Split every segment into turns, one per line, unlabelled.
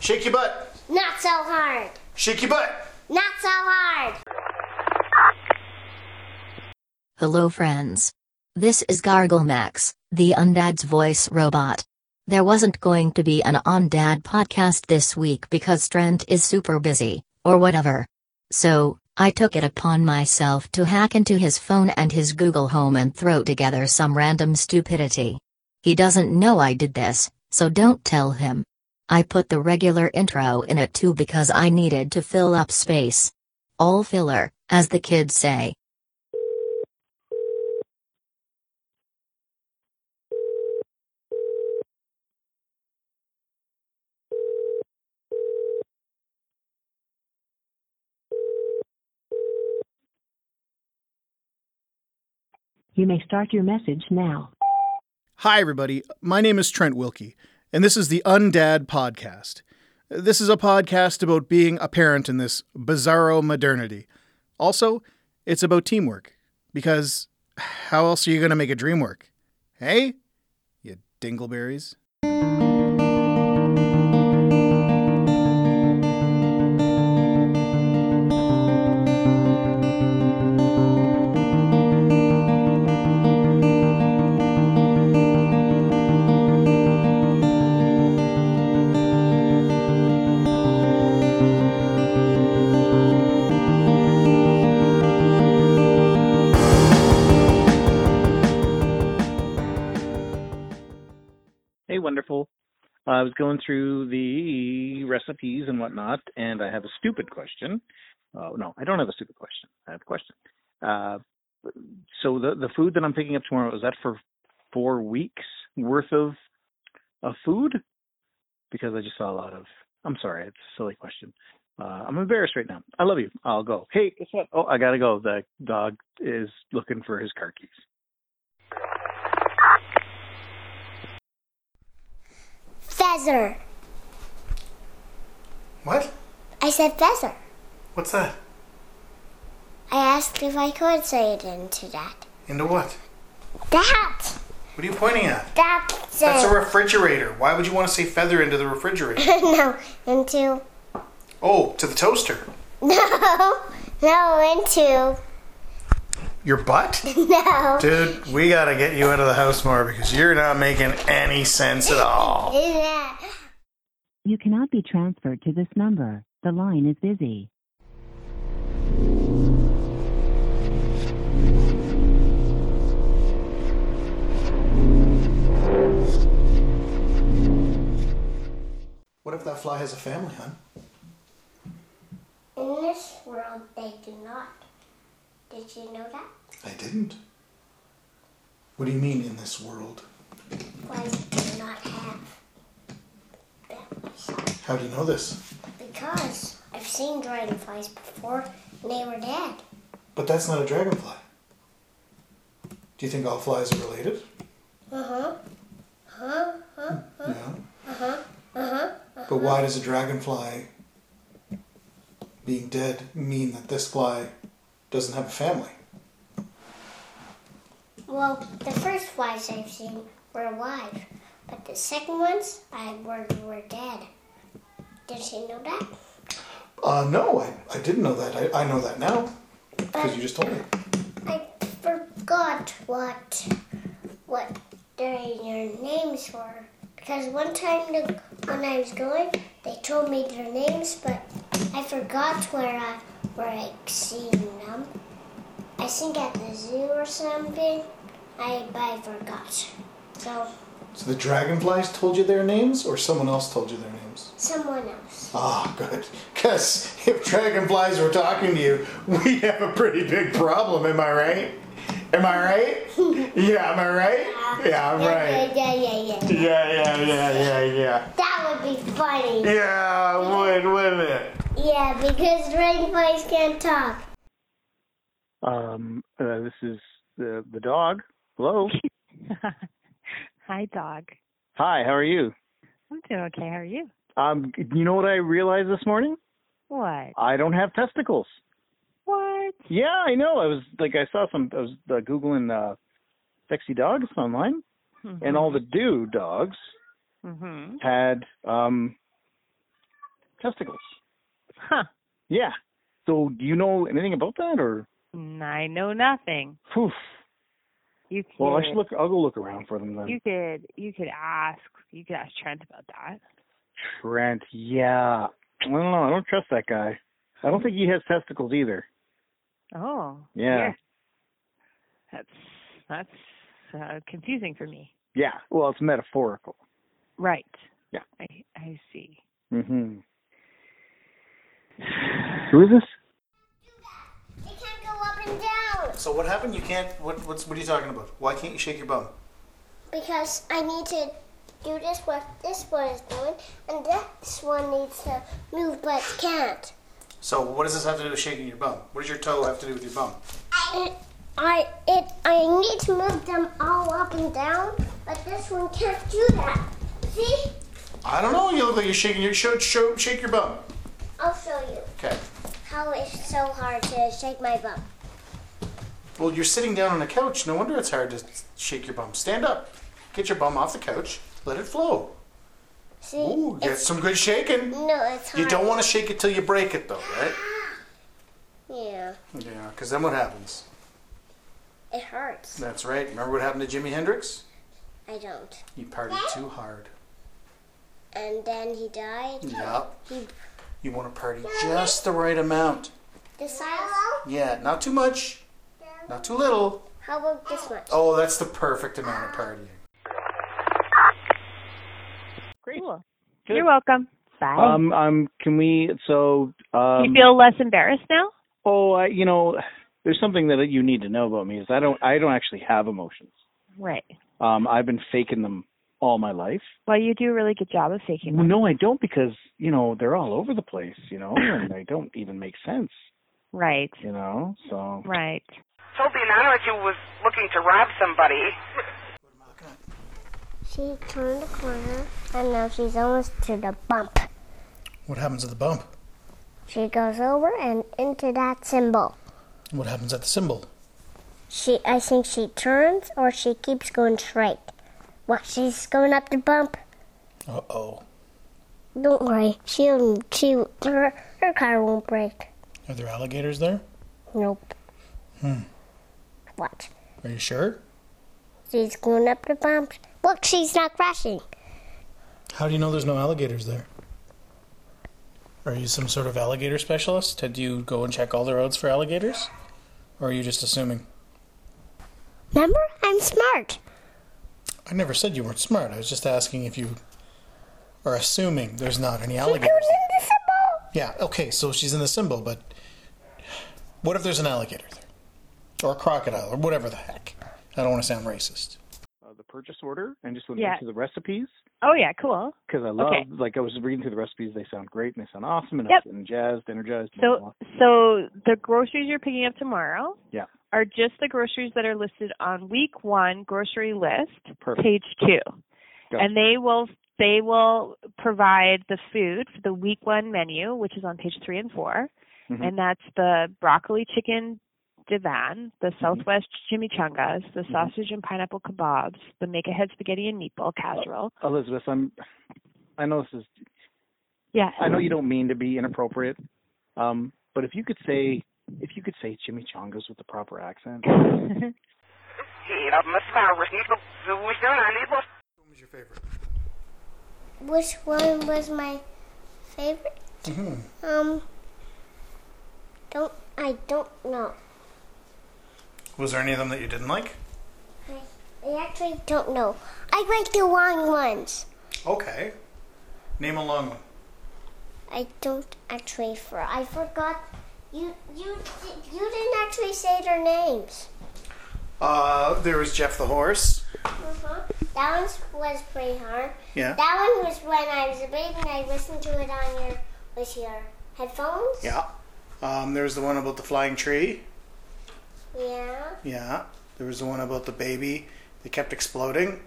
Shake your butt.
Not so hard.
Shake your butt.
Not so hard.
Hello, friends. This is Gargle Max, the Undad's voice robot. There wasn't going to be an Undad podcast this week because Trent is super busy, or whatever. So, I took it upon myself to hack into his phone and his Google Home and throw together some random stupidity. He doesn't know I did this, so don't tell him. I put the regular intro in it too because I needed to fill up space. All filler, as the kids say.
You may start your message now.
Hi, everybody. My name is Trent Wilkie, and this is the Undad Podcast. This is a podcast about being a parent in this bizarro modernity. Also, it's about teamwork, because how else are you going to make a dream work? Hey? You dingleberries.
Hey, wonderful. Uh, I was going through the recipes and whatnot, and I have a stupid question. Uh, no, I don't have a stupid question. I have a question. Uh, so the the food that I'm picking up tomorrow is that for four weeks worth of of food? Because I just saw a lot of. I'm sorry, it's a silly question. Uh, I'm embarrassed right now. I love you. I'll go. Hey, guess what? Oh, I gotta go. The dog is looking for his car keys.
Feather.
What?
I said feather.
What's that?
I asked if I could say it into that.
Into what?
That.
What are you pointing at?
That.
That's a refrigerator. Why would you want to say feather into the refrigerator?
no. Into.
Oh, to the toaster.
No. No. Into.
Your butt?
No.
Dude, we gotta get you out of the house more because you're not making any sense at all.
Yeah.
You cannot be transferred to this number. The line is busy.
What if that fly has a family, hon?
In this world, they do not. Did you know that?
I didn't. What do you mean in this world?
Why do not have families?
How do you know this?
Because I've seen dragonflies before, and they were dead.
But that's not a dragonfly. Do you think all flies are related?
Uh huh. Huh? Huh?
No. Uh-huh. Uh-huh. But why does a dragonfly being dead mean that this fly doesn't have a family?
Well, the first flies I've seen were alive, but the second ones I were were dead. Did you know that?
Uh, no, I, I didn't know that. I, I know that now because you
But
just told me.
I forgot what what their their names were because one time the, when I was going, they told me their names, but I forgot where I where I seen them. I think at the zoo or something. I I forgot. So
So the dragonflies told you their names, or someone else told you their names?
someone else.
Ah, good. Because if dragonflies were talking to you, we have a pretty big problem, am I right? Am I right? Yeah, am I right? Yeah, I'm right.
Yeah, yeah, yeah, yeah.
Yeah, yeah, yeah, yeah, yeah.
That would be funny.
Yeah, would, wouldn't it?
Yeah, because dragonflies can't talk.
Um, uh, this is the the dog. Hello.
Hi, dog.
Hi, how are you?
I'm doing okay. How are you?
Um, you know what I realized this morning?
What?
I don't have testicles.
What?
Yeah, I know. I was like, I saw some. I was uh, googling uh, sexy dogs online,
Mm-hmm.
and all the do dogs
hmm
had um, testicles.
Huh.
Yeah. So do you know anything about that or?
I know nothing.
Phew.
You could.
Well, I should look. I'll go look around for them then.
You could. You could ask. You could ask Trent about that.
Trent. Yeah. I don't know. I don't trust that guy. I don't think he has testicles either.
Oh.
Yeah.
That's that's uh, confusing for me.
Yeah. Well, it's metaphorical.
Right.
Yeah.
I I see.
Mm-hmm. Who is this?
They can't go up and down
So what happened? You can't. What? What's? What are you talking about? Why can't you shake your bum?
because I need to do this what this one is doing, and this one needs to move but can't.
So what does this have to do with shaking your bum? What does your toe have to do with your bum?
It, I it I need to move them all up and down, but this one can't do that. See?
I don't know. You look like you're shaking your show, show, shake your bum.
I'll show you
Okay.
how it's so hard to shake my bum.
Well, you're sitting down on a couch. No wonder it's hard to shake your bum. Stand up. Get your bum off the couch. Let it flow.
See?
Ooh,
it's,
that's some good shaking.
no, it's hard.
You don't want to shake it till you break it, though, right?
Yeah,
Yeah, because then what happens?
it hurts.
That's right. Remember what happened to Jimi Hendrix?
I don't.
He partied too hard.
And then he died.
Yup.
He
You want to party just the right amount.
decides.
Yeah, not too much, not too little.
How about this much?
Oh, that's the perfect amount of partying.
Great. Cool.
Good.
You're welcome. Bye.
Um, um, can we? So, um,
you feel less embarrassed now?
oh, I, you know, there's something that you need to know about me is I don't, I don't actually have emotions.
Right.
Um, I've been faking them all my life.
Well, you do a really good job of faking.
No, I don't because you know they're all over the place, you know, and they don't even make sense,
Right.
you know. So
Right.
told the anonymous was looking to rob somebody.
She turned the corner, and now she's almost to the bump.
What happens at the bump?
She goes over and into that symbol.
What happens at the symbol?
She, I think she turns or she keeps going straight. Well, she's going up the bump.
Uh oh.
Don't worry, she'll, she, her, her car won't break.
Are there alligators there?
Nope. Hmm. What?
Are you sure?
She's going up the bump. Look, she's not crashing.
How do you know there's no alligators there? Are you some sort of alligator specialist? Did you go and check all the roads for alligators? Or are you just assuming?
Remember, I'm smart.
I never said you weren't smart. I was just asking if you are assuming there's not any
She goes
alligators. there.
into symbol.
Yeah, okay, so she's in the symbol, but what if there's an alligator there? Or a crocodile, or whatever the heck? I don't want to sound racist.
uh, the purchase order and just went
Yeah.
into the recipes
Oh yeah. Cool.
because I love,
Okay.
like, I was reading through the recipes. They sound great and they sound awesome and
Yep.
I'm jazzed, energized. blah, blah,
So
blah.
so the groceries you're picking up tomorrow
Yeah.
are just the groceries that are listed on week one grocery list,
Perfect.
page two,
Gotcha.
and they will they will provide the food for the week one menu, which is on page three and 4
Mhm.
and that's the broccoli chicken divan, the
Mm-hmm.
Southwest chimichangas, the
Mhm.
sausage and pineapple kebabs, the make ahead spaghetti and meatball casserole.
Elizabeth, I'm. I know this is.
Yes.
I know you don't mean to be inappropriate, um, but if you could say, if you could say chimichangas with the proper accent.
don't.
He had a flowers. He was doing it.
What was your favorite?
Which one was my favorite?
Mm-hmm.
Um, don't I don't know.
Was there any of them that you didn't like?
I, I actually don't know. I like the long ones.
Okay. Name a long one.
I don't actually for I forgot. You you di- you didn't actually say their names.
Uh, there was Jeff the Horse.
Uh-huh. That one was pretty hard.
Yeah.
That one was when I was a baby and I listened to it on your with your headphones.
Yeah. Um, there was the one about the flying tree.
Yeah.
Yeah. There was the one about the baby that kept exploding,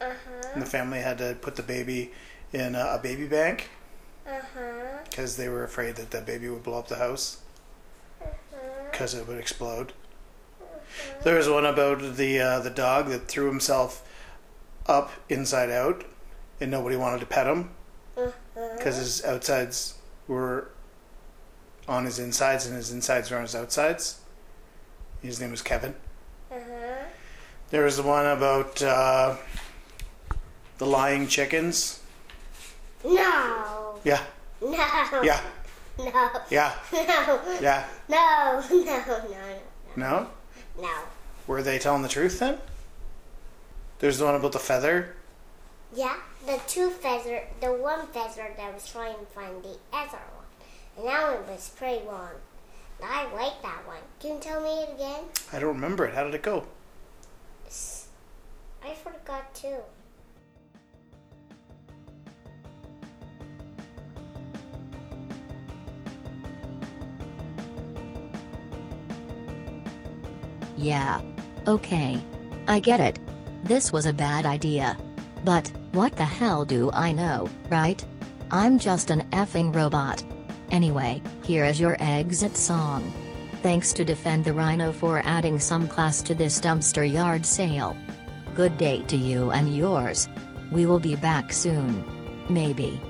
Uh huh.
and the family had to put the baby in a, a baby bank
Uh huh.
because they were afraid that the baby would blow up the house
Uh-huh.
because it would explode. There was one about the uh, the dog that threw himself up inside out, and nobody wanted to pet him, because his outsides were on his insides and his insides were on his outsides. His name was Kevin.
Uh-huh.
There was the one about uh, the lying chickens.
No.
Yeah,
No.
yeah,
No. No.
yeah,
No.
yeah.
No. No. No.
No?
No.
Were they telling the truth then? There's the one about the feather.
Yeah. The two feather, the one feather that was trying to find the other one, and that one was pretty long. I like that one. Can you tell me it again?
I don't remember it. How did it go?
S- I forgot too.
Yeah. Okay. I get it. This was a bad idea. But, what the hell do I know, right? I'm just an effing robot. Anyway, here is your exit song. Thanks to Defend the Rhino for adding some class to this dumpster yard sale. Good day to you and yours. We will be back soon. Maybe.